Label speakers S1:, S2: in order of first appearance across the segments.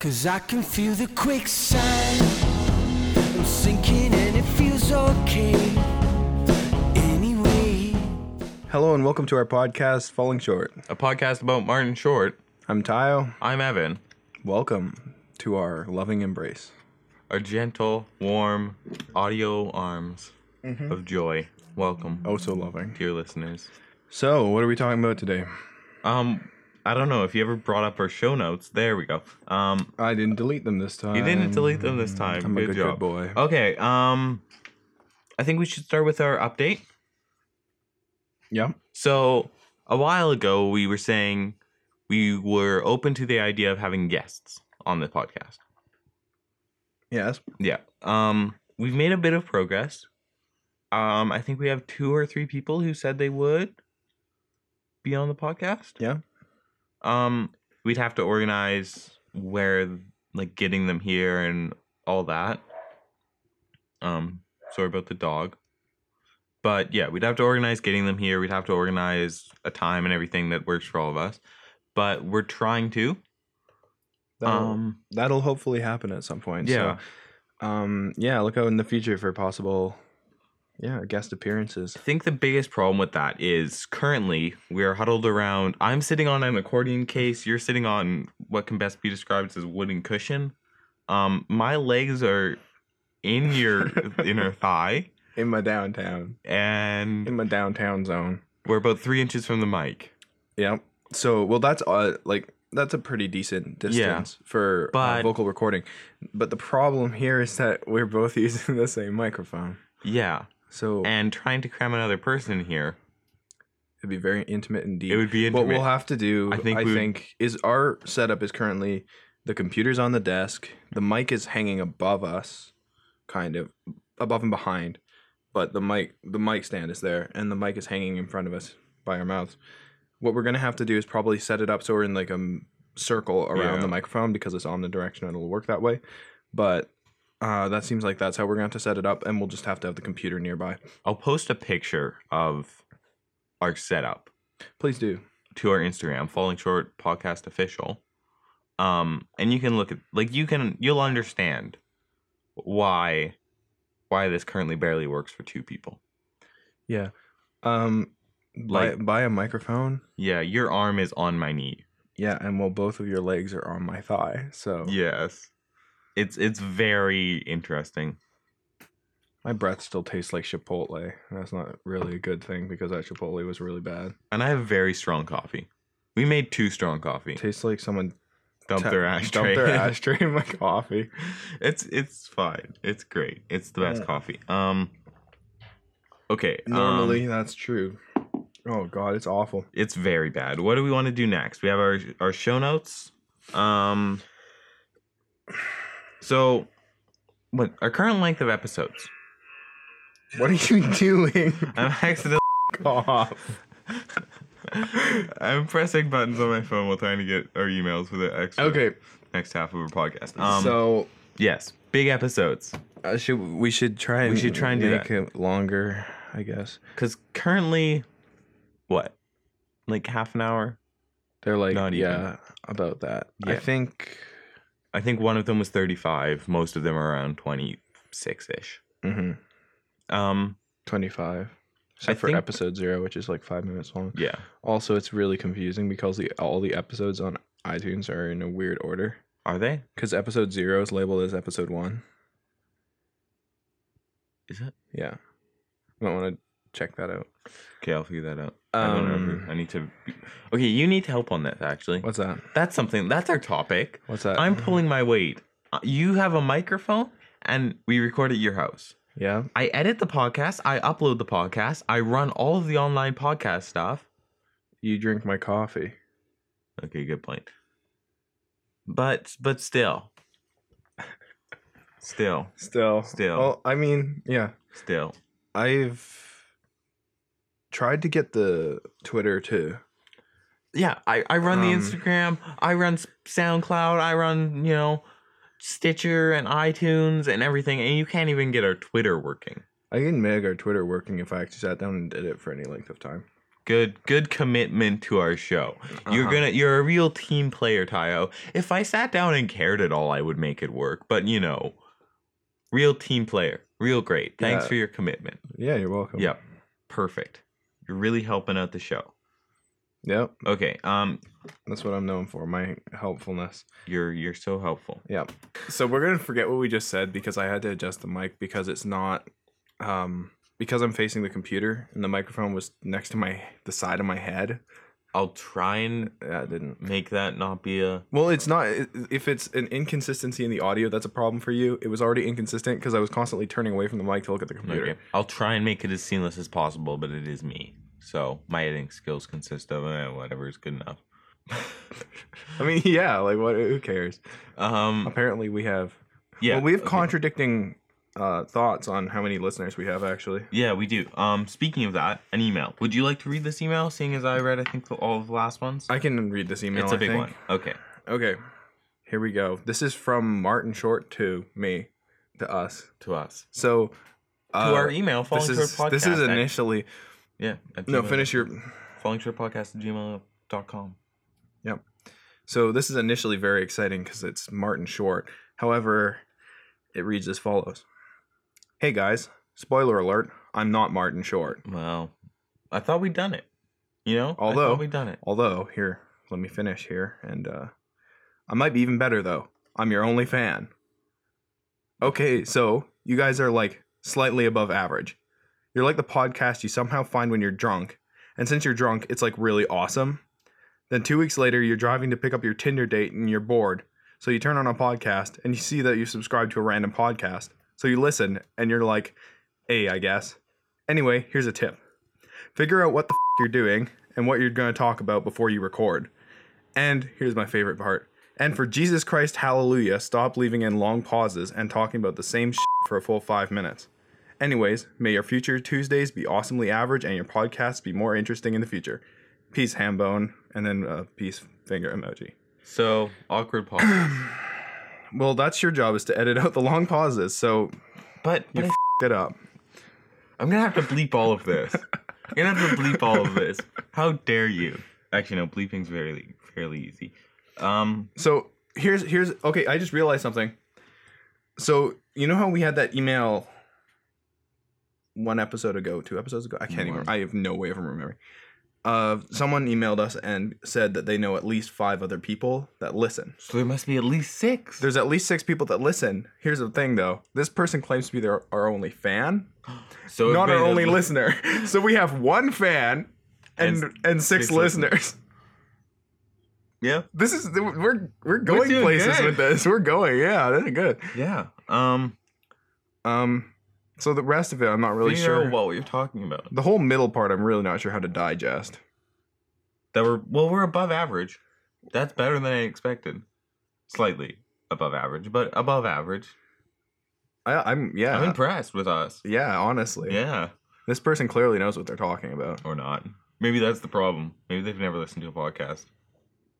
S1: Cause I can feel the quicksand. I'm sinking and it feels okay. Anyway.
S2: Hello and welcome to our podcast, Falling Short.
S3: a podcast about Martin Short.
S2: I'm Tayo.
S3: I'm Evan.
S2: Welcome to our loving embrace.
S3: Our gentle, warm, audio arms of joy. Welcome,
S2: Oh, so loving.
S3: dear listeners.
S2: So, what are we talking about today?
S3: Um, I don't know if you ever brought up our show notes. There we go. Um,
S2: I didn't delete them this time.
S3: you didn't delete them this time.
S2: I'm a
S3: good,
S2: good, good
S3: job, Oh.
S2: boy.
S3: Okay. Um, I think we should start with our update.
S2: Yeah.
S3: So a while ago, we were saying we were open to the idea of having guests on the podcast.
S2: Yes.
S3: Yeah. Um, we've made a bit of progress. Um, I think we have two or three people who said they would be on the podcast.
S2: Yeah.
S3: Um, we'd have to organize where, like, getting them here and all that. Um, sorry about the dog. But yeah, we'd have to organize getting them here. We'd have to organize a time and everything that works for all of us. But we're trying to.
S2: That'll,
S3: Um,
S2: that'll hopefully happen at some point.
S3: Yeah.
S2: So, um, yeah, look out in the future for possible yeah, guest appearances.
S3: I think the biggest problem with that is currently we are huddled around. I'm sitting on an accordion case. You're sitting on what can best be described as wooden cushion. Um, my legs are in your inner thigh,
S2: In my downtown.
S3: and
S2: In my downtown zone.
S3: we're about three inches from the mic.
S2: Yeah. So, well, that's uh, like that's a pretty decent distance for uh,
S3: But-
S2: vocal recording. But the problem here is that we're both using the same microphone,
S3: Yeah,
S2: so
S3: and trying to cram another person here.
S2: it'd be very intimate indeed.
S3: It would be
S2: What we'll
S3: intimate.
S2: have to do, I
S3: I
S2: think,
S3: think we would-
S2: is our setup is currently the computer's on the desk, the mic is hanging above us, kind of above and behind, but the mic the mic stand is there, and the mic is hanging in front of us by our mouths. What we're gonna have to do is probably set it up so we're in like a m- circle around
S3: Yeah.
S2: the microphone because it's omnidirectional; it'll work that way. But uh, that seems like that's how we're gonna have to set it up, and we'll just have to have the computer nearby.
S3: I'll post a picture of our setup.
S2: Please do.
S3: to our Instagram, Falling Short Podcast Official. Um, and you can look at like you can you'll understand why why this currently barely works for two people.
S2: Yeah. Um buy,
S3: Like-
S2: buy a microphone.
S3: Yeah, your arm is on my knee.
S2: Yeah, and well both of your legs are on my thigh. So
S3: Yes. It's it's very interesting.
S2: my breath still tastes like Chipotle. That's not really a good thing because that Chipotle was really bad.
S3: And I have very strong coffee. We made two strong coffee.
S2: tastes like someone
S3: Dump
S2: ta-
S3: their
S2: dumped
S3: ashtray.
S2: their ashtray in my coffee.
S3: it's it's fine. It's great. It's the best
S2: Yeah.
S3: coffee. Um Okay. um,
S2: Normally that's true. Oh god, it's awful.
S3: it's very bad. What do we want to do next? We have our our show notes. Um So what our current length of episodes.
S2: What are you doing?
S3: I'm accidentally
S2: off.
S3: I'm pressing buttons on my phone while trying to get our emails for the extra
S2: Okay.
S3: next half of our podcast. Um
S2: so
S3: yes, big episodes.
S2: uh, should we should try and
S3: should try and do
S2: make it longer, I guess.
S3: Cuz currently what? Like half an hour?
S2: They're like
S3: Not even.
S2: yeah, about that. I
S3: Yeah.
S2: think
S3: I think one of them was 35, most of them are around 26ish.
S2: mhm.
S3: Um
S2: 25 except for
S3: think-
S2: episode zero which is like five minutes long
S3: yeah.
S2: also it's really confusing because the all the episodes on itunes are in a weird order
S3: Are they?
S2: because episode zero is labeled as episode one
S3: Is it?
S2: yeah i might want to check that out
S3: Okay, I'll figure that out. I don't
S2: um
S3: remember. I need to. Okay, you need help on that actually.
S2: what's that
S3: That's something. That's our topic.
S2: what's that
S3: I'm pulling my weight. Uh, You have a microphone, and we record at your house.
S2: yeah
S3: I edit the podcast. I upload the podcast. I run all of the online podcast stuff.
S2: you drink my coffee
S3: Okay, good point. But but still, still,
S2: still
S3: Still.
S2: well i mean yeah
S3: still.
S2: i've tried to get the twitter to
S3: Yeah, I I run the
S2: Um,
S3: Instagram. I run S- SoundCloud. I run you know. Stitcher and iTunes and everything, and you can't even get our Twitter working.
S2: i can make our twitter working if i actually sat down and did it for any length of time
S3: Good good commitment to our show. You're
S2: Uh-huh.
S3: gonna you're a real team player, Tayo. If I sat down and cared at all, I would make it work. But you know, real team player. Real great. Thanks
S2: Yeah.
S3: for your commitment.
S2: Yeah, you're welcome.
S3: Yep. Perfect. You're really helping out the show.
S2: Yep.
S3: Okay. Um
S2: That's what I'm known for, my helpfulness.
S3: you're you're so helpful.
S2: Yep. So we're gonna forget what we just said because I had to adjust the mic because it's not um because I'm facing the computer and the microphone was next to my the side of my head.
S3: I'll try and
S2: That didn't
S3: make that not be a
S2: Well, it's not i- if it's an inconsistency in the audio, that's a problem for you. It was already inconsistent because I was constantly turning away from the mic to look at the computer.
S3: Okay. I'll try and make it as seamless as possible, but it is me. So my editing skills consist of eh, whatever is good enough.
S2: I mean, yeah, like what who cares?
S3: Um,
S2: Apparently we have
S3: yeah,
S2: Well, we have
S3: okay.
S2: contradicting uh, thoughts on how many listeners we have, actually.
S3: Yeah, we do. Um, speaking of that, an email. Would you like to read this email? Seeing as I read, I think the, all of the last ones.
S2: I can read this email.
S3: it's a
S2: I
S3: big
S2: think.
S3: one. Okay.
S2: Okay, here we go. This is from Martin Short to me, to us.
S3: To us.
S2: So, uh,
S3: to our email. Falling
S2: this is
S3: short podcast.
S2: this is
S3: at-
S2: initially
S3: Yeah. at
S2: no
S3: gmail.
S2: finish your.
S3: Falling short podcast at gmail.com.
S2: So this is initially very exciting because it's Martin Short. However, it reads as follows: Hey guys, spoiler alert! I'm not Martin Short.
S3: Well, I thought we'd done it. You know,
S2: Although-
S3: we'd done it.
S2: Although, here, let me finish here, and uh, I might be even better though. I'm your only fan. Okay, so you guys are like slightly above average. You're like the podcast you somehow find when you're drunk, and since you're drunk, it's like really awesome. Then two weeks later, you're driving to pick up your Tinder date and you're bored, so you turn on a podcast and you see that you subscribe to a random podcast. So you listen and you're like, "Hey, I guess." Anyway, here's a tip: figure out what the you're doing and what you're going to talk about before you record. And here's my favorite part. And for Jesus Christ, hallelujah, stop leaving in long pauses and talking about the same shit for a full five minutes. Anyways, may your future Tuesdays be awesomely average and your podcasts be more interesting in the future. Peace, Hambone, and then uh, peace finger emoji.
S3: So awkward pause.
S2: Well, that's your job is to edit out the long pauses, so
S3: but but I
S2: f- it up.
S3: I'm gonna have to bleep all of this. I'm gonna have to bleep all of this. How dare you? Actually, no. Bleeping's fairly fairly easy. Um,
S2: So here's here's okay. I just realized something. So you know how we had that email one episode ago, two episodes ago. I can't
S3: One.
S2: even. I have no way of remembering. Uh, someone emailed us and said that they know at least five other people that listen.
S3: so there must be at least six.
S2: There's at least six people that listen. Here's the thing, though. This person claims to be their, our only fan,
S3: so
S2: not our
S3: everybody
S2: only
S3: that lis-
S2: listener. So we have one fan and
S3: And
S2: and, six,
S3: six
S2: listeners.
S3: listeners. Yeah,
S2: This is we're we're going
S3: doing
S2: places
S3: good.
S2: with this. We're going. Yeah, this is good.
S3: yeah. Um,
S2: Um, so the rest of it, I'm not really
S3: figure out
S2: sure.
S3: what you're talking about.
S2: the whole middle part, I'm really not sure how to digest.
S3: That we're well, we're above average. That's better than I expected. Slightly above average, but above average.
S2: I, I'm yeah,
S3: I'm impressed with us.
S2: yeah. Honestly,
S3: Yeah,
S2: this person clearly knows what they're talking about.
S3: or not. Maybe that's the problem. Maybe they've never listened to a podcast,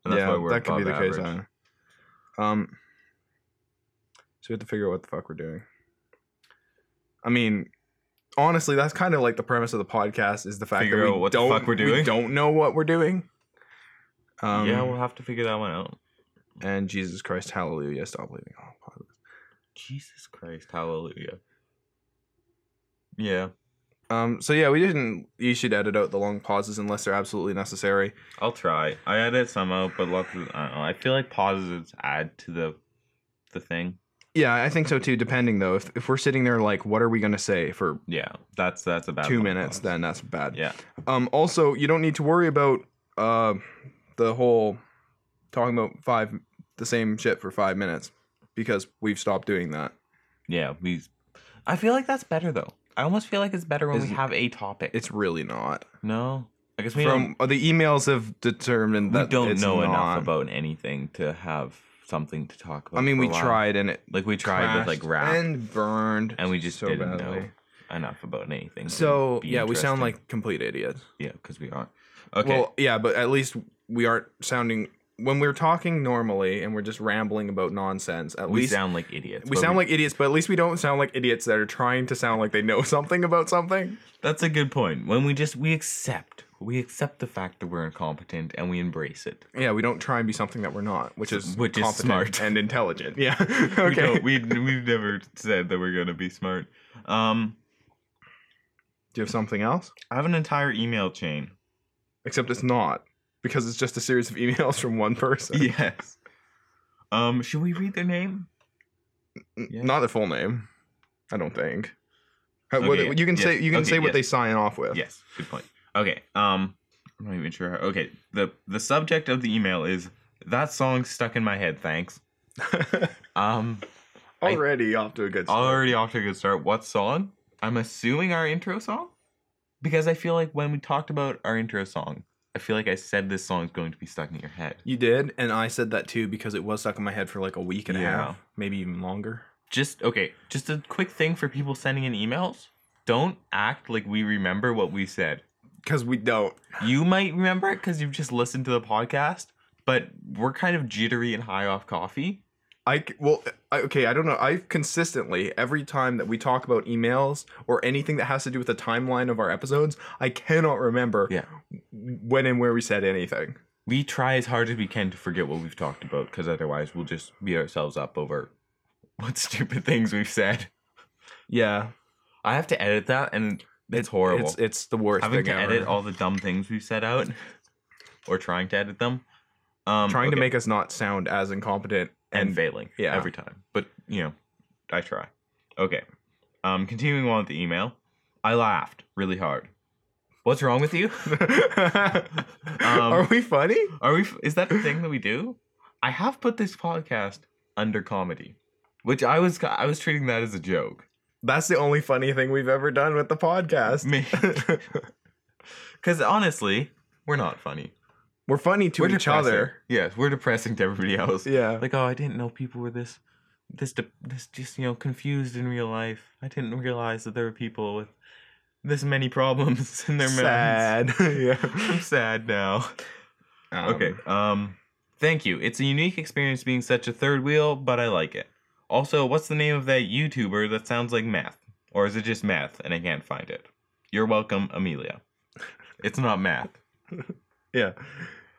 S3: and that's
S2: yeah,
S3: why we're
S2: that could be
S3: above
S2: the
S3: average.
S2: case. I don't know. Um, so we have to figure out what the fuck we're doing. I mean, honestly, that's kind of like the premise of the podcast is the fact
S3: Figure
S2: that we
S3: out what the
S2: don't
S3: fuck we're
S2: we
S3: doing.
S2: don't know what we're doing. Um,
S3: yeah, we'll have to figure that one out.
S2: and Jesus Christ, Hallelujah! Stop leaving Oh, all positive.
S3: Jesus Christ, hallelujah. Yeah,
S2: Um, so yeah, we didn't. You should edit out the long pauses unless they're absolutely necessary.
S3: I'll try. I edit some out, but lots of I don't know. I feel like pauses add to the the thing.
S2: Yeah, I think so too. Depending though, if if we're sitting there like, what are we gonna say for
S3: Yeah, that's that's about
S2: two minutes? Then that's bad.
S3: yeah,
S2: Um. Also, you don't need to worry about uh, the whole talking about five the same shit for five minutes because we've stopped doing that.
S3: yeah. We, I feel like that's better though. I almost feel like it's better when we
S2: Isn't-
S3: have a topic.
S2: It's really not.
S3: no, I guess we
S2: From uh, the emails have determined
S3: don't,
S2: that
S3: we don't
S2: it's
S3: know
S2: not.
S3: enough about anything to have something to talk about.
S2: I mean,
S3: for a
S2: we
S3: while.
S2: tried and it
S3: Like we tried with like
S2: crashed
S3: rap, and,
S2: and burned,
S3: we just
S2: so
S3: didn't
S2: badly.
S3: know enough about anything. to
S2: So
S3: be
S2: yeah, we sound
S3: interesting.
S2: like complete idiots.
S3: yeah, because we aren't. Okay.
S2: Well, yeah, but at least we aren't sounding when we're talking normally and we're just rambling about nonsense. At
S3: we
S2: least
S3: sound like idiots.
S2: we
S3: but
S2: sound like idiots, but at least we don't sound like idiots that are trying to sound like they know something about something.
S3: that's a good point. When we just we accept we accept the fact that we're incompetent and we embrace it.
S2: Yeah, we don't try and be something that we're not, which is
S3: Which is
S2: competent
S3: smart.
S2: and intelligent. Yeah.
S3: We
S2: okay.
S3: don't- We we we've never said that we're gonna be smart. Um,
S2: Do you have something else?
S3: I have an entire email chain.
S2: Except it's not because it's just a series of emails from one person.
S3: Yes. Um, should we read their name?
S2: N-
S3: Yeah.
S2: Not their full name. I don't think. Uh,
S3: Okay,
S2: what-
S3: yeah.
S2: you can
S3: Yes.
S2: say you can
S3: Okay,
S2: say what
S3: yes.
S2: they sign off with.
S3: Yes, good point. Okay. Um, I'm not even sure. How, okay. the The subject of the email is that song stuck in my head. Thanks. Um,
S2: Already off to a good start.
S3: already off to a good start. What song? I'm assuming our intro song, because I feel like when we talked about our intro song, I feel like I said this song is going to be stuck in your head.
S2: You did, and I said that too because it was stuck in my head for like a week and a
S3: Yeah.
S2: half, maybe even longer.
S3: Just okay. Just a quick thing for people sending in emails. Don't act like we remember what we said.
S2: Because we don't.
S3: You might remember it because you've just listened to the podcast, but we're kind of jittery and high off coffee.
S2: I c- well, I, okay, I don't know. I consistently every time that we talk about emails or anything that has to do with the timeline of our episodes, I cannot remember
S3: Yeah.
S2: when and where we said anything.
S3: We try as hard as we can to forget what we've talked about because otherwise we'll just beat ourselves up over what stupid things we've said.
S2: Yeah,
S3: I have to edit that, and it's horrible.
S2: It's it's the worst
S3: Having
S2: thing
S3: to
S2: ever.
S3: edit all the dumb things we've set out, or trying to edit them, um,
S2: Trying to
S3: okay,
S2: make us not sound as incompetent
S3: and
S2: and,
S3: failing,
S2: yeah.
S3: every time. But you know, I try. Okay, um, continuing on with the email, I laughed really hard. What's wrong with you?
S2: are we funny?
S3: Are we? Is that the thing that we do? I have put this podcast under comedy, which I was I was treating that as a joke.
S2: That's the only funny thing we've ever done with the podcast.
S3: Because honestly, we're not funny.
S2: We're funny to
S3: we're
S2: each
S3: depressing.
S2: other.
S3: Yes, we're depressing to everybody else.
S2: Yeah.
S3: Like, oh, I didn't know people were this, this, de- this, just you know, confused in real life. I didn't realize that there were people with this many problems in their
S2: sad.
S3: minds.
S2: yeah.
S3: I'm sad now. Okay. Um, thank you. It's a unique experience being such a third wheel, but I like it. Also, what's the name of that YouTuber that sounds like math? Or is it just math and I can't find it? You're welcome, Amelia. It's not math.
S2: Yeah.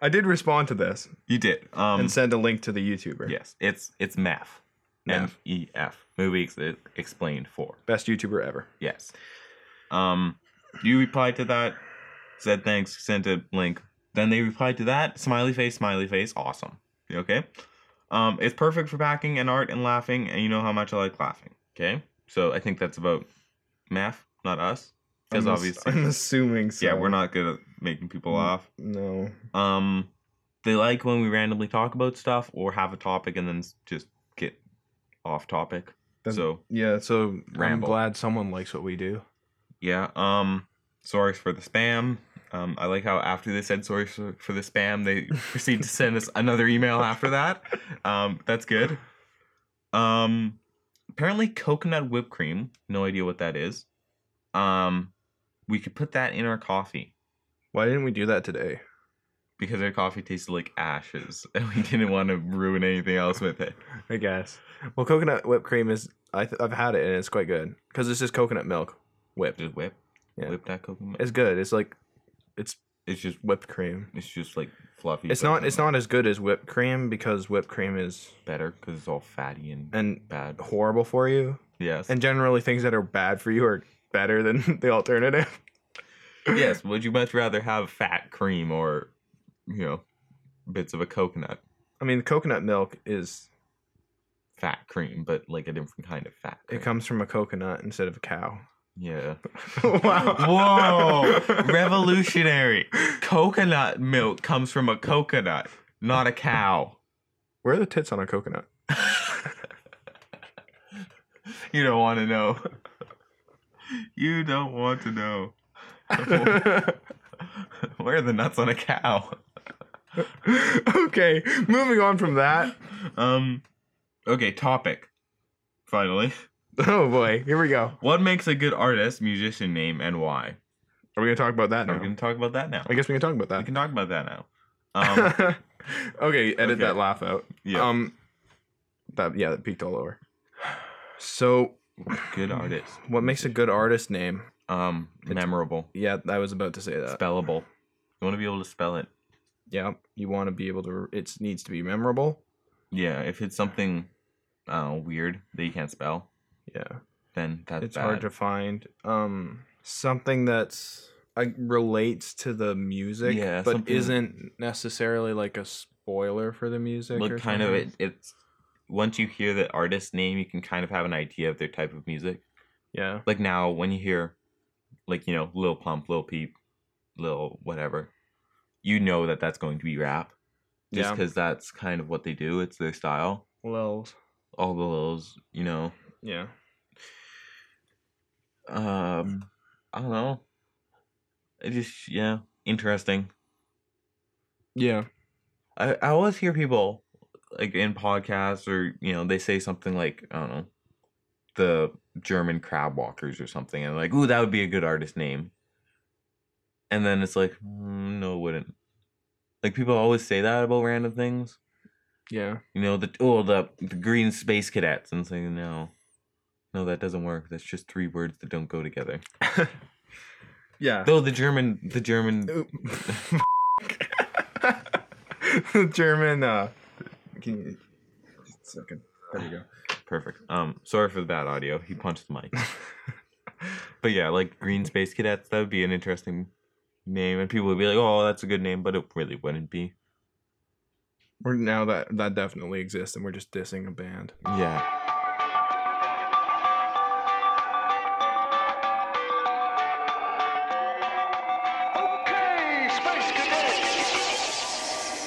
S2: I did respond to this
S3: You did. Um,
S2: and send a link to the YouTuber.
S3: yes, it's it's math. M
S2: Math.
S3: E F. Movie ex- explained for.
S2: Best YouTuber ever.
S3: Yes. Um, you replied to that, said thanks, sent a link. Then they replied to that, smiley face, smiley face, awesome. You Okay. Um, it's perfect for backing and art and laughing, and you know how much I like laughing. Okay. So I think that's about math, not us, because
S2: I'm ass-
S3: obviously,
S2: I'm assuming so.
S3: yeah, we're not good at making people
S2: Mm.
S3: laugh.
S2: No.
S3: Um, they like when we randomly talk about stuff or have a topic and then s- just get off topic.
S2: Then-
S3: so
S2: Yeah, so I'm
S3: Ramble.
S2: glad someone likes what we do.
S3: Yeah. Um. Sorry for the spam. Um. I like how after they said sorry for for the spam, they proceed to send us another email after that. Um. That's good. Um. Apparently, coconut whipped cream. No idea what that is. Um. We could put that in our coffee
S2: Why didn't we do that today?
S3: because our coffee tasted like ashes, and we didn't want to ruin anything else with it.
S2: I guess. Well, coconut whipped cream is I th- I've had it and it's quite good because it's just coconut milk whipped.
S3: Just whip.
S2: Yeah.
S3: Whip that coconut.
S2: It's good. It's like
S3: It's just.
S2: whipped cream.
S3: It's just like fluffy.
S2: It's
S3: but
S2: not. It's not as good as whipped cream because whipped cream is
S3: better because it's all fatty and,
S2: and
S3: bad.
S2: horrible for you.
S3: Yes.
S2: And generally, things that are bad for you are better than the alternative.
S3: yes, would you much rather have fat cream or, you know, bits of a coconut?
S2: I mean, coconut milk is
S3: Fat cream, but like a different kind of fat cream.
S2: it comes from a coconut instead of a cow.
S3: yeah.
S2: wow!
S3: Whoa! Revolutionary! Coconut milk comes from a coconut, not a cow.
S2: Where are the tits on a coconut?
S3: You don't want to know. You don't want to know. Where are the nuts on a cow?
S2: okay, moving on from that.
S3: Um, okay, topic. Finally.
S2: Oh boy, here we go.
S3: What makes a good artist, musician name, and why?
S2: Are we gonna talk about that
S3: We're
S2: now?
S3: going to talk about that now.
S2: I guess we can talk about
S3: We
S2: that.
S3: can talk about that now. Um,
S2: okay, edit
S3: okay.
S2: that laugh out.
S3: yeah,
S2: Um, that yeah, that peaked all over. So,
S3: good artist.
S2: what makes a good artist name?
S3: Um, memorable,
S2: Yeah, I was about to say that.
S3: spellable. You want to be able to spell it.
S2: Yeah, you want to be able to. It needs to be memorable.
S3: Yeah, if it's something uh, weird that you can't spell,
S2: Yeah,
S3: then that's
S2: it's hard to find. Um, something that's uh, relates to the music,
S3: Yeah,
S2: but
S3: something-
S2: isn't necessarily like a spoiler for the music.
S3: like
S2: or
S3: kind of it,
S2: something.
S3: it's once you hear the artist name, you can kind of have an idea of their type of music.
S2: Yeah,
S3: Like now, when you hear like you know Lil Pump, Lil Peep, Lil whatever, you know that that's going to be rap, just
S2: Yeah.
S3: because that's kind of what they do. It's their style.
S2: lils.
S3: All the lils, you know.
S2: Yeah,
S3: Um, I don't know. It just yeah, interesting.
S2: yeah,
S3: I, I always hear people like in podcasts or you know they say something like I don't know the German crab walkers or something and like ooh that would be a good artist name and then it's like mm, no it wouldn't like people always say that about random things
S2: yeah.
S3: you know the oh the, the green space cadets and saying no no that doesn't work that's just three words that don't go together
S2: yeah.
S3: though the German the German
S2: The German. Uh, can you, second. There we go.
S3: Perfect. Um, sorry for the bad audio. He punched the mic. but yeah, like Green Space Cadets, that would be an interesting name, and people would be like, "Oh, that's a good name," but it really wouldn't be.
S2: We're now that that definitely exists, and we're just dissing a band.
S3: Yeah.
S1: Okay, Space Cadets.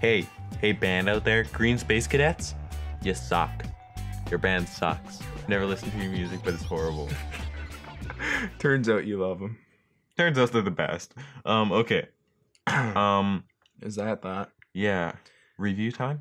S3: Hey, hey, band out there, Green Space Cadets, you suck. Your band sucks. Never listen to your music, but it's horrible.
S2: Turns out you love them.
S3: Turns out they're the best. Um, okay. Um,
S2: Is that that?
S3: yeah. Review time.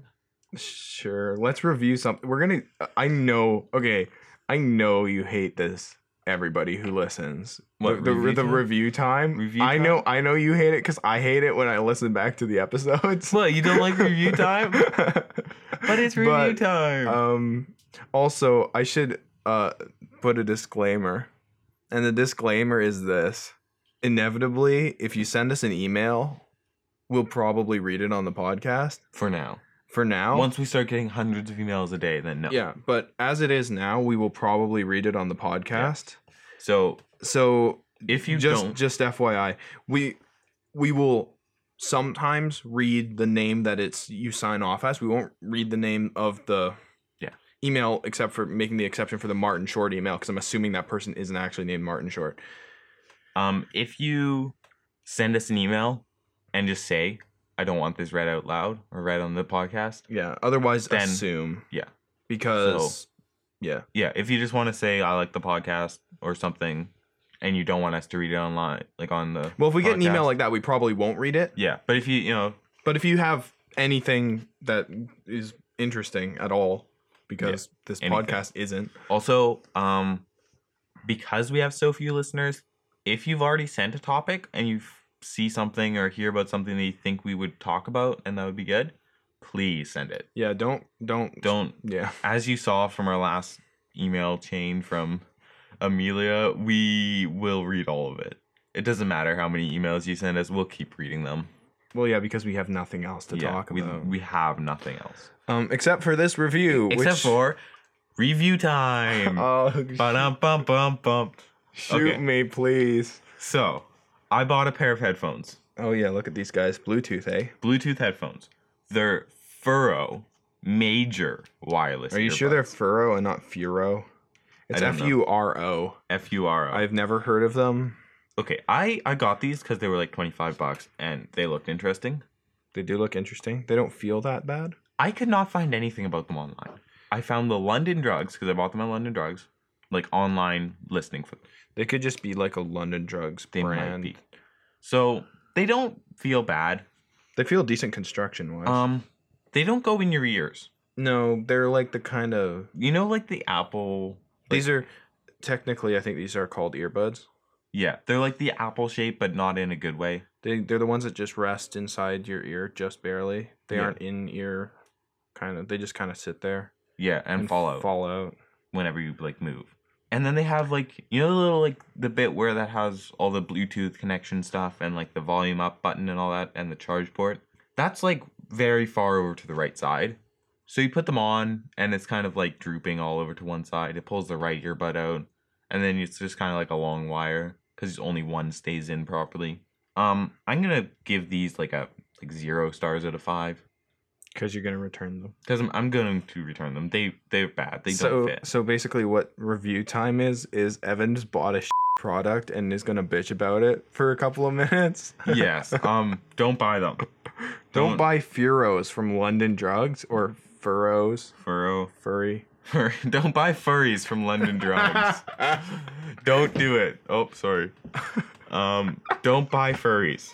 S2: Sure. Let's review something. We're gonna. I know. Okay. I know you hate this. Everybody who listens,
S3: What,
S2: the the
S3: review
S2: review, the
S3: time?
S2: review time.
S3: Review
S2: I
S3: time?
S2: know. I know you hate it because I hate it when I listen back to the episodes.
S3: What you don't like review time? But it's review
S2: But,
S3: time.
S2: Um. Also, I should uh put a disclaimer, and the disclaimer is this: inevitably, if you send us an email, we'll probably read it on the podcast.
S3: for now.
S2: For now,
S3: Once we start getting hundreds of emails a day, then no.
S2: Yeah, but as it is now, we will probably read it on the podcast.
S3: So
S2: So
S3: if you
S2: just
S3: don't,
S2: just FYI, we we will sometimes read the name that it's you sign off as. We won't read the name of the
S3: Yeah.
S2: email except for making the exception for the Martin Short email because I'm assuming that person isn't actually named Martin Short.
S3: um, if you send us an email and just say, "I don't want this read out loud or read on the podcast,"
S2: Yeah. Otherwise,
S3: Then-
S2: assume.
S3: yeah.
S2: Because yeah,
S3: yeah. If you just want to say, "I like the podcast" or something, and you don't want us to read it online, like on the
S2: well, if we get an email
S3: podcast-
S2: like that, we probably won't read it.
S3: yeah. But if you you know
S2: But if you have anything that is interesting at all, because this
S3: anything.
S2: podcast isn't,
S3: also um, because we have so few listeners, if you've already sent a topic and you f- see something or hear about something that you think we would talk about and that would be good, please send it.
S2: yeah, don't, don't,
S3: Don't
S2: yeah,
S3: as you saw from our last email chain from Amelia, we will read all of it. It doesn't matter how many emails you send us, we'll keep reading them.
S2: well, yeah, because we have nothing else to
S3: Yeah,
S2: talk
S3: we,
S2: about,
S3: we have nothing else.
S2: um, except for this review,
S3: Except
S2: which,
S3: for review time.
S2: oh,
S3: Ba-dum, bum, bum, bum.
S2: shoot
S3: okay.
S2: me, please.
S3: So, I bought a pair of headphones,
S2: Oh yeah, look at these guys, Bluetooth, eh?
S3: Bluetooth headphones. They're Furrow Major wireless.
S2: Are you sure they're
S3: earbuds.
S2: Furo and not Furo? It's
S3: don't know.
S2: F U R O.
S3: F U R O?
S2: I've never heard of them.
S3: Okay, I I got these because they were like twenty five bucks and they looked interesting.
S2: They do look interesting. They don't feel that bad.
S3: I could not find anything about them online. I found the London Drugs because I bought them at London Drugs, like online listening for
S2: They could just be like a London Drugs
S3: they might
S2: brand.
S3: be. So they don't feel bad.
S2: They feel decent construction wise.
S3: Um, they don't go in your ears.
S2: No, they're like the kind of
S3: You know, like the Apple. like-
S2: these are technically I think these are called earbuds.
S3: Yeah, they're like the apple shape, but not in a good way.
S2: They they're the ones that just rest inside your ear just barely. They
S3: Yeah.
S2: aren't in ear kind of they just kind of sit there
S3: Yeah, and, fall out
S2: Fall out.
S3: whenever you like move. And then they have like you know the little like the bit where that has all the Bluetooth connection stuff and like the volume up button and all that and the charge port. That's like very far over to the right side. So you put them on and it's kind of like drooping all over to one side. It pulls the right earbud out and then it's just kind of like a long wire cuz only one stays in properly. Um I'm going to give these like a like 0 stars out of 5
S2: Because you're gonna return them.
S3: cuz I'm, I'm going to return them. They they're bad. They
S2: so
S3: don't fit.
S2: so basically, what review time is is Evan's bought a product and is gonna bitch about it for a couple of minutes.
S3: yes. Um, don't buy them.
S2: Don't
S3: Don't-
S2: buy Furos from London Drugs or Furrows
S3: Furrow.
S2: Furry.
S3: Fur- don't buy furries from London Drugs. don't do it. Oh, sorry. Um, don't buy furries.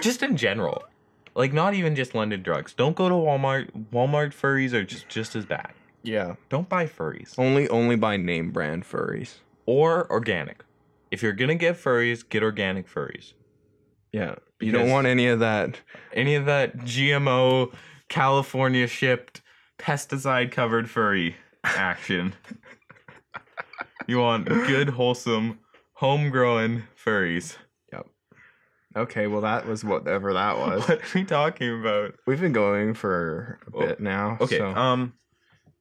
S3: Just in general, like not even just London Drugs. Don't go to Walmart. Walmart furries are just just as bad.
S2: Yeah.
S3: Don't buy furries
S2: Only only buy name brand furries.
S3: or organic. If you're gonna get furries, get organic furries.
S2: Yeah. you don't
S3: Because-
S2: want any of that.
S3: Any of that GMO, California shipped, pesticide covered furry action. you want good, wholesome, homegrown furries.
S2: Okay, well that was whatever that
S3: What
S2: was.
S3: are we talking about?
S2: We've been going for a
S3: Well,
S2: bit now.
S3: Okay,
S2: So,
S3: um,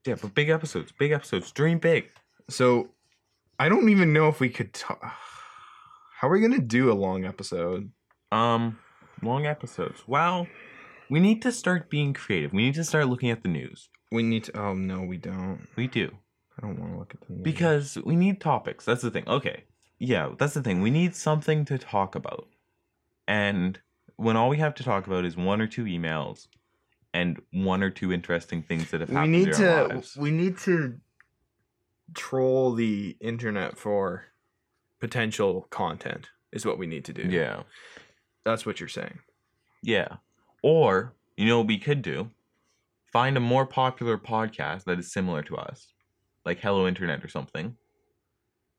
S3: yeah, but big episodes, big episodes, dream big.
S2: so I don't even know if we could talk. How are we gonna do a long episode?
S3: Um, long episodes. Wow, we need to start being creative. We need to start looking at the news.
S2: We need to. Oh no, we don't.
S3: We do.
S2: I don't want to look at them.
S3: Because we need topics. That's the thing. Okay. Yeah, that's the thing. We need something to talk about. And when all we have to talk about is one or two emails and one or two interesting things that have
S2: we
S3: happened
S2: need
S3: in our
S2: to
S3: lives.
S2: we need to troll the internet for potential content is what we need to do.
S3: yeah.
S2: that's what you're saying.
S3: Yeah. Or, you know what we could do? Find a more popular podcast that is similar to us, like Hello Internet or something,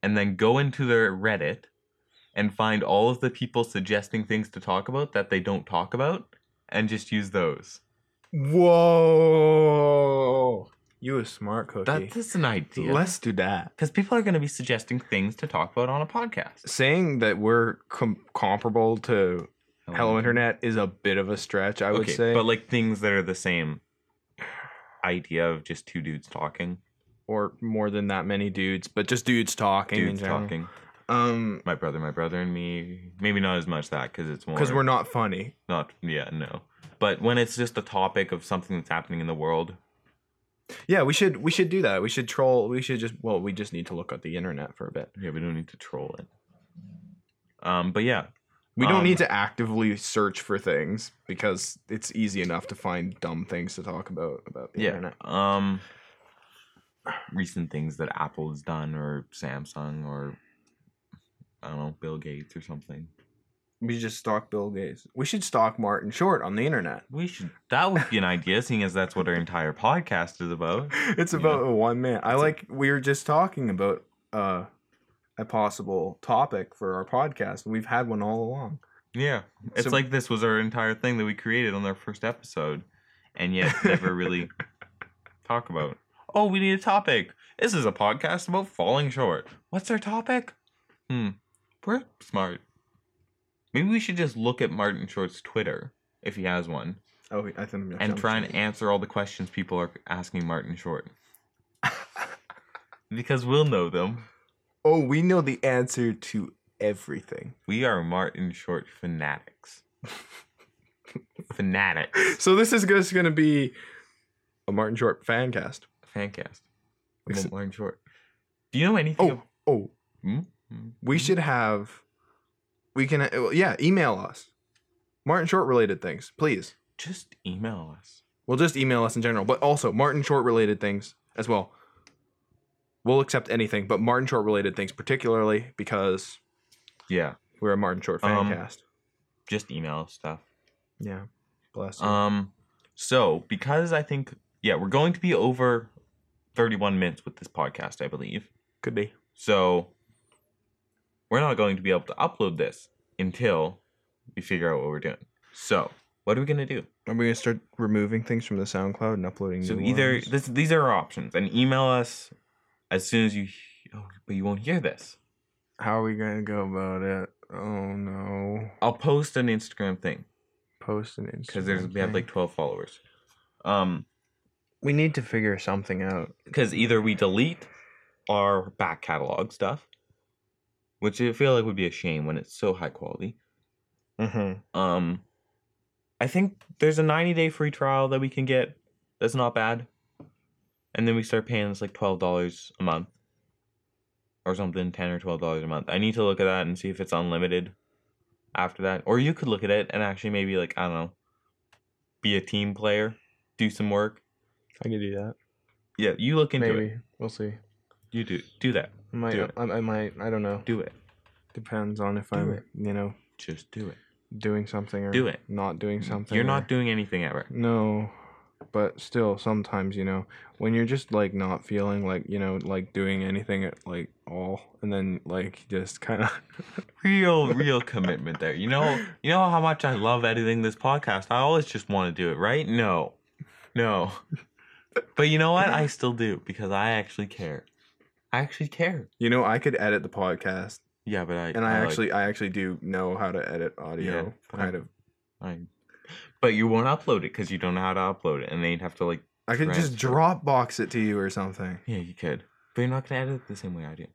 S3: and then go into their Reddit and find all of the people suggesting things to talk about that they don't talk about and just use those.
S2: Whoa, you a smart cookie?
S3: That, that's an idea.
S2: Let's do that.
S3: Because people are going to be suggesting things to talk about on a podcast.
S2: Saying that we're com- comparable to Hello Internet is a bit of a stretch, I would
S3: Um, okay,
S2: say,
S3: But like things that are the same idea of just two dudes talking.
S2: or more than that many dudes, but just dudes talking. in
S3: Dudes
S2: general.
S3: talking.
S2: Um,
S3: My brother, my brother, and me. Maybe not as much that because it's more.
S2: because we're not funny.
S3: not. Yeah, no. But when it's just a topic of something that's happening in the world,
S2: Yeah, we should we should do that. We should troll. We should just well, we just need to look at the internet for a bit.
S3: yeah, we don't need to troll it. Um, but yeah,
S2: We don't
S3: Um,
S2: need to actively search for things because it's easy enough to find dumb things to talk about about the
S3: yeah.
S2: internet.
S3: Um, recent things that Apple has done, or Samsung, or I don't know, Bill Gates or something.
S2: We just stalk Bill Gates. We should stalk Martin Short on the internet.
S3: We should. That would be an idea, seeing as that's what our entire podcast is about.
S2: It's
S3: Yeah.
S2: about one man. I
S3: It's a-
S2: like we were just talking about uh, a possible topic for our podcast, and we've had one all along.
S3: Yeah, it's
S2: So-
S3: like this was our entire thing that we created on our first episode, and yet never really talk about. Oh, we need a topic. This is a podcast about falling short. What's our topic? Hmm, we're smart. Maybe we should just look at Martin Short's Twitter if he has one,
S2: Oh, I think
S3: and try and answer all the questions people are asking Martin Short, because we'll know them.
S2: Oh, we know the answer to everything.
S3: We are Martin Short fanatics. fanatics.
S2: So this is just going to be a Martin Short fan cast.
S3: Fancast.
S2: Ex-
S3: About Martin Short. Do you know anything? hmm?
S2: Oh, oh,
S3: ab-
S2: we should have. We can, uh, yeah, email us. Martin Short related things, please.
S3: just email us.
S2: Well, just email us in general, but also Martin Short related things as well. We'll accept anything, but Martin Short related things, particularly because
S3: Yeah,
S2: we're a Martin Short fan
S3: Um,
S2: cast.
S3: just email us stuff.
S2: Yeah. Bless you.
S3: Um, so because I think yeah, we're going to be over 31 minutes with this podcast, I believe.
S2: Could be.
S3: So we're not going to be able to upload this until we figure out what we're doing. So what are we gonna do?
S2: Are we gonna start removing things from the SoundCloud and uploading?
S3: So
S2: new
S3: either
S2: ones?
S3: this, these are our options, and email us as soon as you. he- Oh, but you won't hear this.
S2: how are we gonna go about it? Oh no!
S3: I'll post an Instagram thing
S2: Post an Instagram
S3: because there's we have
S2: thing.
S3: like 12 followers. Um,
S2: we need to figure something out.
S3: because either we delete our back catalog stuff, which I feel like would be a shame when it's so high quality.
S2: Mm-hmm.
S3: Um, I think there's a 90 day free trial that we can get. That's not bad. And then we start paying us like twelve dollars a month, or something, ten or twelve dollars a month. I need to look at that and see if it's unlimited. After that, or you could look at it and actually maybe like I don't know, be a team player, do some work.
S2: I could do that.
S3: Yeah, you look into
S2: Maybe
S3: it.
S2: we'll see.
S3: You do do that.
S2: I might.
S3: Do it.
S2: I, I might. I don't know.
S3: Do it.
S2: Depends on if
S3: Do
S2: I'm
S3: it.
S2: you know
S3: Just do it.
S2: doing something or
S3: Do it.
S2: not doing something.
S3: You're
S2: or-
S3: not doing anything ever.
S2: No, but still, sometimes you know when you're just like not feeling like you know like doing anything at like all, and then like just kind of
S3: Real, real commitment there. You know, you know how much I love editing this podcast. I always just want to do it, right? No, no. But you know what? I still do because I actually care. I actually care.
S2: you know I could edit the podcast,
S3: Yeah, but I
S2: and I,
S3: like-
S2: actually I actually do know how to edit audio
S3: but I-
S2: kind of.
S3: I, but you won't upload it because you don't know how to upload it, and then you'd have to like.
S2: I could just
S3: transfer.
S2: Dropbox it to you or something.
S3: Yeah, you could, but you're not gonna edit it the same way I do.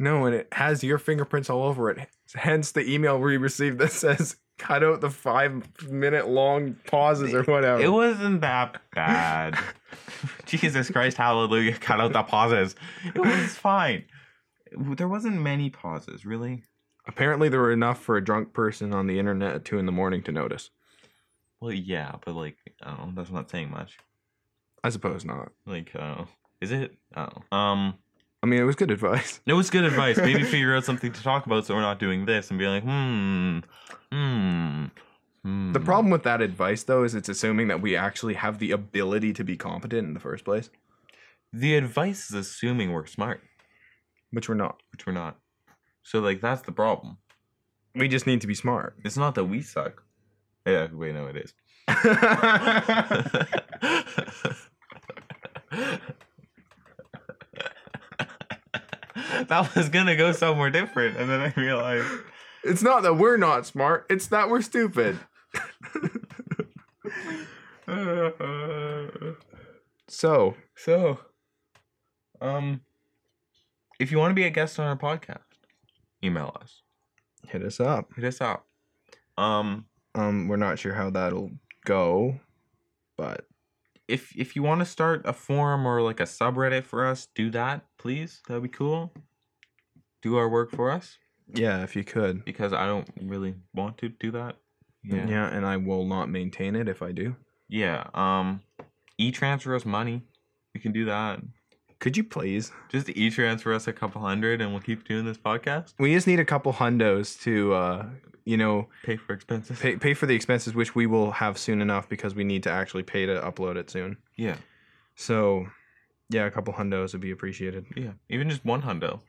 S2: No, and it has your fingerprints all over it. Hence the email we received that says cut out the five minute long pauses or whatever.
S3: It wasn't that bad. Jesus Christ, hallelujah. Cut out the pauses. It was fine. There wasn't many pauses, really.
S2: Apparently, there were enough for a drunk person on the internet at two in the morning to notice.
S3: Well, yeah, but like, I don't know, that's not saying much.
S2: I suppose not.
S3: Like, uh, is it? Oh. Um,
S2: I mean, it was good advice.
S3: it was good advice. Maybe figure out something to talk about so we're not doing this and be like, hmm, hmm, hmm.
S2: The problem with that advice, though, is it's assuming that we actually have the ability to be competent in the first place,
S3: The advice is assuming we're smart,
S2: which we're not.
S3: which we're not. So, like, that's the problem.
S2: We just need to be smart.
S3: It's not that we suck. Yeah, wait, no, it is. that was gonna go somewhere different, and then I realized.
S2: it's not that we're not smart, it's that we're stupid. So,
S3: so, um, if you want to be a guest on our podcast, email us.
S2: hit us up.
S3: Hit us up. Um,
S2: Um, we're not sure how that'll go, but
S3: if if you want to start a forum or like a subreddit for us, do that, please. That'd be cool. Do our work for us
S2: yeah, if you could.
S3: because I don't really want to do that.
S2: Yeah. and I will not maintain it if I do.
S3: Yeah. Um, e transfer us money. We can do that.
S2: Could you please?
S3: Just e transfer us a couple hundred, and we'll keep doing this podcast.
S2: We just need a couple hundos to, uh, you know,
S3: Pay for expenses.
S2: pay, pay for the expenses, which we will have soon enough because we need to actually pay to upload it soon.
S3: Yeah.
S2: So, yeah, a couple hundos would be appreciated.
S3: Yeah. Even just one hundo.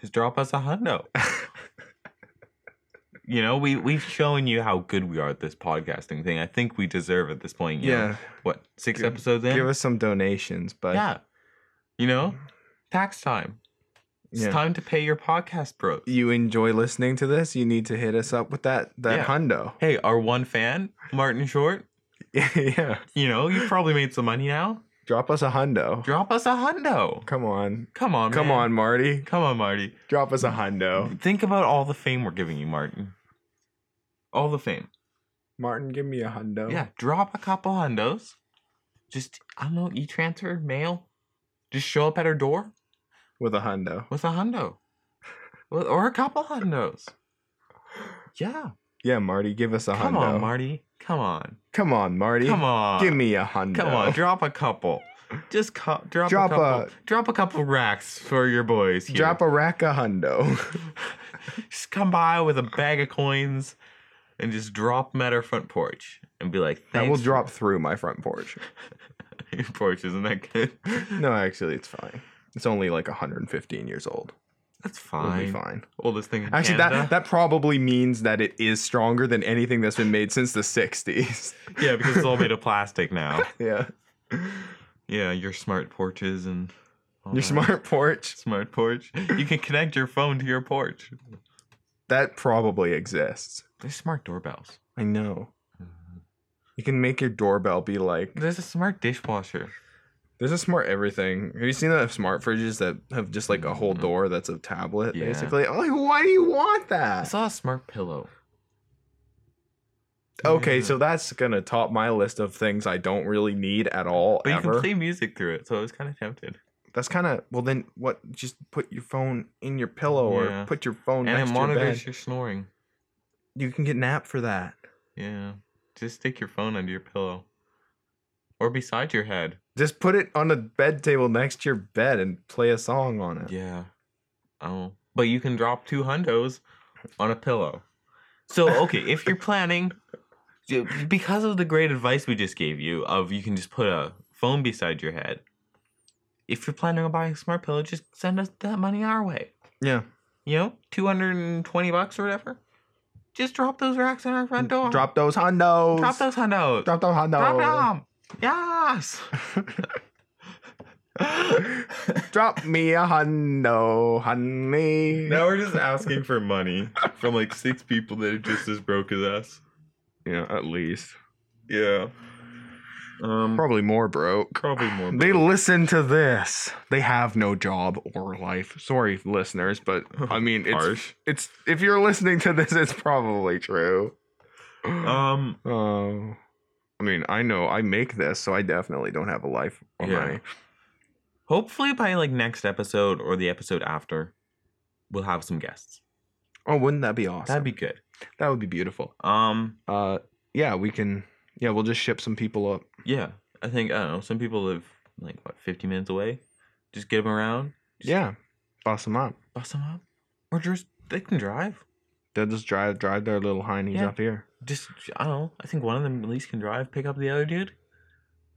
S3: Just drop us a hundo. you know, we we've shown you how good we are at this podcasting thing. I think we deserve at this point. you know,
S2: Yeah,
S3: what six
S2: Give-
S3: episodes in?
S2: give us some donations, but
S3: yeah. You know, tax time. It's
S2: Yeah.
S3: time to pay your podcast bros.
S2: you enjoy listening to this, you need to hit us up with that that
S3: Yeah.
S2: hundo.
S3: Hey, our one fan, Martin Short.
S2: yeah,
S3: You know, you've probably made some money now.
S2: drop us a hundo.
S3: Drop us a hundo.
S2: Come on,
S3: Come on,
S2: come
S3: Oh, man.
S2: on, Marty,
S3: come on, Marty.
S2: drop us a hundo.
S3: Think about all the fame we're giving you, Martin. All the fame.
S2: Martin, give me a hundo.
S3: Yeah, drop a couple hundos. Just I don't know, e-transfer, mail. Just show up at her door
S2: with a hundo.
S3: with a hundo, Well, or a couple hundos. Yeah,
S2: Yeah, Marty, give us a
S3: come
S2: hundo.
S3: on, Marty. Come on,
S2: Come on, Marty.
S3: come on.
S2: give me a hundo.
S3: Come on, drop a couple. Just co- drop,
S2: Drop
S3: a couple. drop a couple racks for your boys. Here.
S2: drop a rack a hundo.
S3: Just come by with a bag of coins and just drop them at our front porch and be like,
S2: I
S3: thanks.
S2: will drop through my front porch.
S3: Your porch isn't that good.
S2: No, actually, it's fine. It's only like 115 years old.
S3: That's
S2: It'll
S3: fine.
S2: be fine.
S3: Oldest thing in
S2: Actually,
S3: Canada.
S2: that that probably means that it is stronger than anything that's been made since the 60s.
S3: yeah, because it's all made of plastic now.
S2: yeah,
S3: Yeah, your smart porches and all
S2: your
S3: that.
S2: smart porch
S3: smart porch. You can connect your phone to your porch.
S2: that probably exists.
S3: There's smart doorbells.
S2: I know.
S3: Mm-hmm.
S2: You can make your doorbell be like.
S3: There's a smart dishwasher.
S2: There's a smart everything. Have you seen that smart fridges that have just like a whole
S3: Mhm.
S2: door that's a tablet,
S3: Yeah.
S2: basically? I'm like, why do you want
S3: I
S2: that?
S3: saw a smart pillow.
S2: Okay,
S3: Yeah.
S2: so that's gonna top my list of things I don't really need at all
S3: But you
S2: ever.
S3: can play music through it, so I was kind of tempted.
S2: that's kind of well. Then what? Just put your phone in your pillow
S3: Yeah.
S2: or put your phone
S3: and
S2: next
S3: it
S2: to your
S3: monitors
S2: bed.
S3: your snoring.
S2: You can get an app for that.
S3: Yeah. Just stick your phone under your pillow or beside your head.
S2: Just put it on a bed table next to your bed and play a song on it.
S3: Yeah. Oh. But you can drop two hundos on a pillow. So, okay, if you're planning, because of the great advice we just gave you of you can just put a phone beside your head, if you're planning on buying a smart pillow, just send us that money our way.
S2: Yeah.
S3: You know, 220 bucks or whatever. Just drop those racks on our front door.
S2: Drop those hondos.
S3: Drop those hundos.
S2: Drop those hondos.
S3: Drop them. Yes.
S2: Drop me a hundo, honey.
S3: now we're just asking for money from like six people that are just as broke as us.
S2: Yeah, at least.
S3: Yeah. Um,
S2: Probably more broke.
S3: probably more.
S2: They listen to this. They have no job or life. Sorry, listeners, but I mean, it's
S3: Harsh.
S2: it's if you're listening to this, it's probably true.
S3: um,
S2: Oh, I mean, I know I make this, so I definitely don't have a life. Or
S3: Yeah.
S2: money.
S3: hopefully by like next episode or the episode after, we'll have some guests.
S2: Oh, wouldn't that be awesome?
S3: That'd be good.
S2: that would be beautiful.
S3: Um,
S2: Uh, yeah, we can. Yeah, we'll just ship some people up.
S3: yeah, I think I don't know. Some people live like what 50 minutes away. Just get them around,
S2: Yeah, bust them up.
S3: bus them up, or just they can drive.
S2: They'll just drive drive their little heinies
S3: Yeah.
S2: up here.
S3: just I don't know. I think one of them at least can drive, pick up the other dude.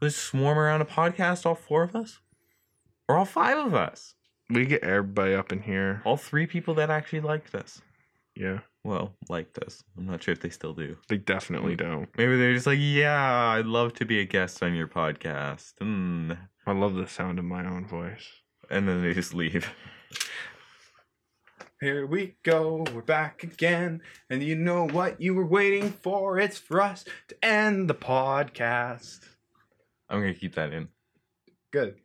S3: Let's swarm around a podcast, all four of us, or all five of us,
S2: We get everybody up in here.
S3: all three people that actually liked us.
S2: Yeah,
S3: Well, liked us. I'm not sure if they still do.
S2: they definitely
S3: Mm.
S2: don't.
S3: Maybe they're just like, yeah, I'd love to be a guest on your podcast, mm.
S2: I love the sound of my own voice.
S3: and then they just leave.
S2: Here we go, we're back again. And you know what you were waiting for? It's for us to end the podcast.
S3: I'm gonna keep that in.
S2: Good.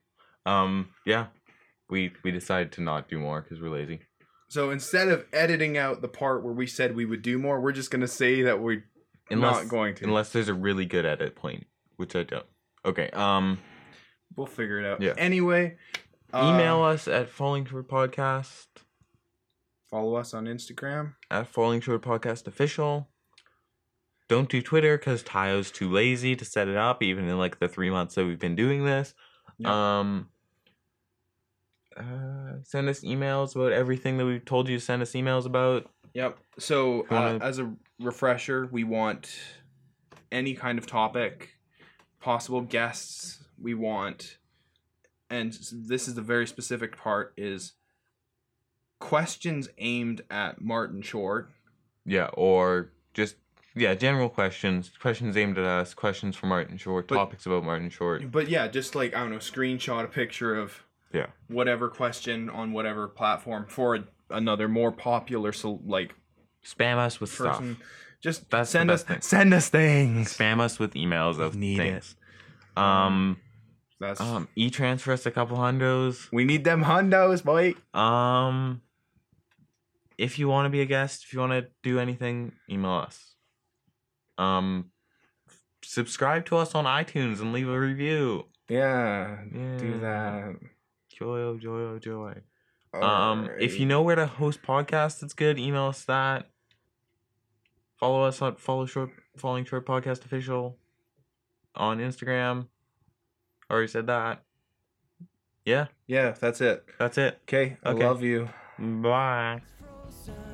S3: Um, yeah, we we decided to not do more because we're lazy.
S2: So instead of editing out the part where we said we would do more, we're just going to say that we're
S3: Unless
S2: not going to.
S3: unless there's a really good edit point, which I don't. Okay. Um.
S2: we'll figure it out.
S3: Yeah.
S2: Anyway, uh,
S3: Email us at Falling Short Podcast
S2: Follow us on Instagram.
S3: at Falling Short Podcast Official. Don't do Twitter because Tayo's too lazy to set it up, even in like the three months that we've been doing this. Um, uh, send us emails about everything that we've told you to send us emails about.
S2: Yep. So, uh,
S3: Wanna-
S2: as a refresher, we want any kind of topic, possible guests we want, and s- this is the very specific part is questions aimed at Martin Short.
S3: Yeah, or just yeah, general questions, questions aimed at us, questions for Martin Short,
S2: But-
S3: topics about Martin Short.
S2: But yeah, just like I don't know, screenshot a picture of
S3: Yeah.
S2: whatever question on whatever platform for a, another more popular so like
S3: Spam us with
S2: person.
S3: stuff.
S2: Just
S3: That's the
S2: send us
S3: best thing.
S2: send us things.
S3: Spam us with emails of
S2: Need it.
S3: things. Um.
S2: That's
S3: Um, e transfer us a couple hundos.
S2: we need them hundos, boy.
S3: Um, if you want to be a guest, if you want to do anything, email us. Um, subscribe to us on iTunes and leave a review.
S2: Yeah,
S3: Yeah.
S2: do that.
S3: Joy, oh joy, oh joy. Um,
S2: Alright.
S3: if you know where to host podcasts, that's good. Email us that. Follow us on follow short falling short podcast official on Instagram. Already said that. Yeah,
S2: yeah, that's it.
S3: that's it.
S2: Okay, I
S3: Okay.
S2: love you.
S3: Bye.
S1: frozen.